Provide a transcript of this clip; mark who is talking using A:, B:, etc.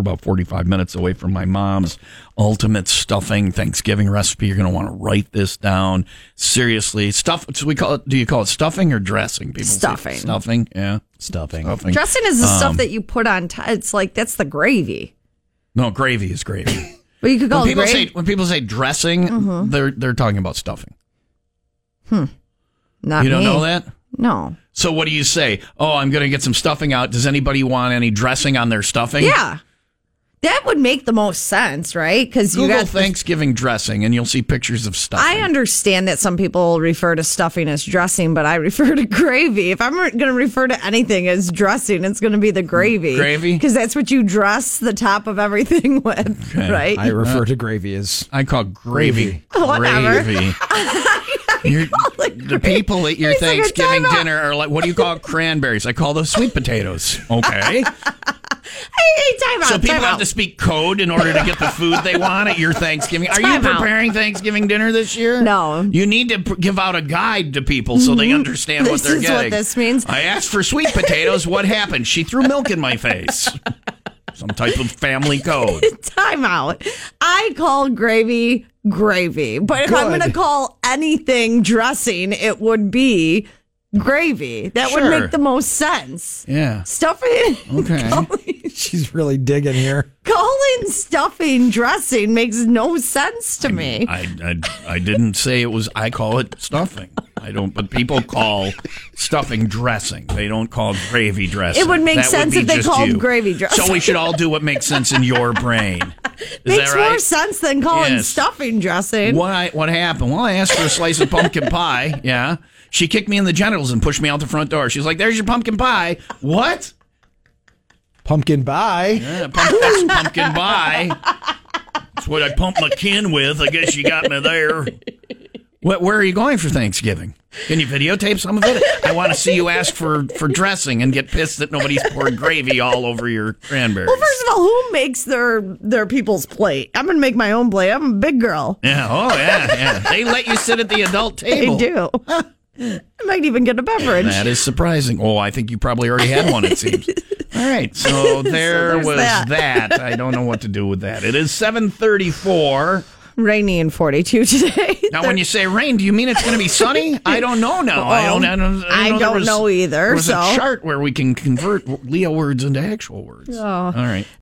A: about 45 minutes away from my mom's ultimate stuffing Thanksgiving recipe. You're going to want to write this down. Seriously, stuff. So we call it. Do you call it stuffing or dressing? People say
B: Stuffing.
A: Stuffing. Yeah.
C: Stuffing.
A: Stuffing.
B: Dressing is the
A: Um,
B: stuff that you put on top. It's like that's the gravy.
A: no, gravy is gravy.
B: But you
A: when
B: could call it
A: people
B: Oh, gravy. Mm-hmm.
A: say when people say dressing, they're they're talking about stuffing.
B: Not
A: you don't
B: me.
A: know that.
B: No.
A: So what do you say? Oh, I'm going to get some stuffing out. Does anybody want any dressing on their stuffing?
B: Yeah. That would make the most sense, right? Because you
A: Google
B: got the-
A: Thanksgiving dressing, and you'll see pictures of stuffing.
B: I understand that some people refer to stuffing as dressing, but I refer to gravy. If I'm going to refer to anything as dressing, it's going to be the gravy.
A: Gravy?
B: Because that's what you dress the top of everything with, right?
C: I refer to gravy as
A: I call gravy.
B: Whatever.
A: Gravy. You're- the people at your
B: It's like a
A: Thanksgiving
B: timeout.
A: dinner are like, what do you call cranberries? I call those sweet potatoes. Okay.
B: hey, hey, time out.
A: so people
B: time
A: have
B: out.
A: to speak code in order to get the food they want at your Thanksgiving. Are you
B: Time out.
A: preparing Thanksgiving dinner this year?
B: No. Mm-hmm.
A: You need to pr- give out a guide to people so they understand what
B: This
A: they're
B: is
A: getting.
B: what this means.
A: I asked for sweet potatoes. What happened? She threw milk in my face. Some type of family code.
B: time out. I call gravy gravy, but if I'm
C: Good.
B: going to call anything dressing, it would be gravy. That would
A: Sure.
B: make the most sense.
A: Yeah.
B: Stuffing.
A: Okay.
B: Calling,
C: she's really digging here.
B: calling stuffing dressing makes no sense to me.
A: I, I, I didn't say it was. I call it stuffing. I don't. But people call stuffing dressing. They don't call gravy dressing.
B: It would make
A: That
B: sense
A: be
B: if they
A: just
B: called
A: you.
B: gravy dressing.
A: So we should all do what makes sense in your brain. Is
B: makes
A: that right?
B: more sense than calling
A: Yes.
B: stuffing dressing.
A: What I, what happened? Well, I asked for a slice of pumpkin pie. Yeah, she kicked me in the genitals and pushed me out the front door. She's like, "There's your pumpkin pie." What?
C: Pumpkin pie.
A: Yeah, pump, that's pumpkin pie. That's what I pumped my kin with. I guess you got me there. What, where are you going for Thanksgiving? Can you videotape some of it? I want to see you ask for, for dressing and get pissed that nobody's poured gravy all over your cranberries.
B: First of all, who makes their their people's plate? I'm gonna make my own plate. I'm a big girl.
A: yeah, oh yeah, yeah. They let you sit at the adult
B: They
A: table.
B: do. I might even get a beverage.
A: That is surprising. Oh, I think you probably already had one, it seems. All right, so there
B: there's
A: was
B: that.
A: that. I don't know what to do with that. It is 734.
B: rainy and 42 today.
A: Now, when you say rain, do you mean it's going to be sunny? I don't know now. I don't. I don't,
B: I
A: there
B: don't know either,
A: There was
B: so-
A: a chart where we can convert Leo words into actual words. Oh. All right.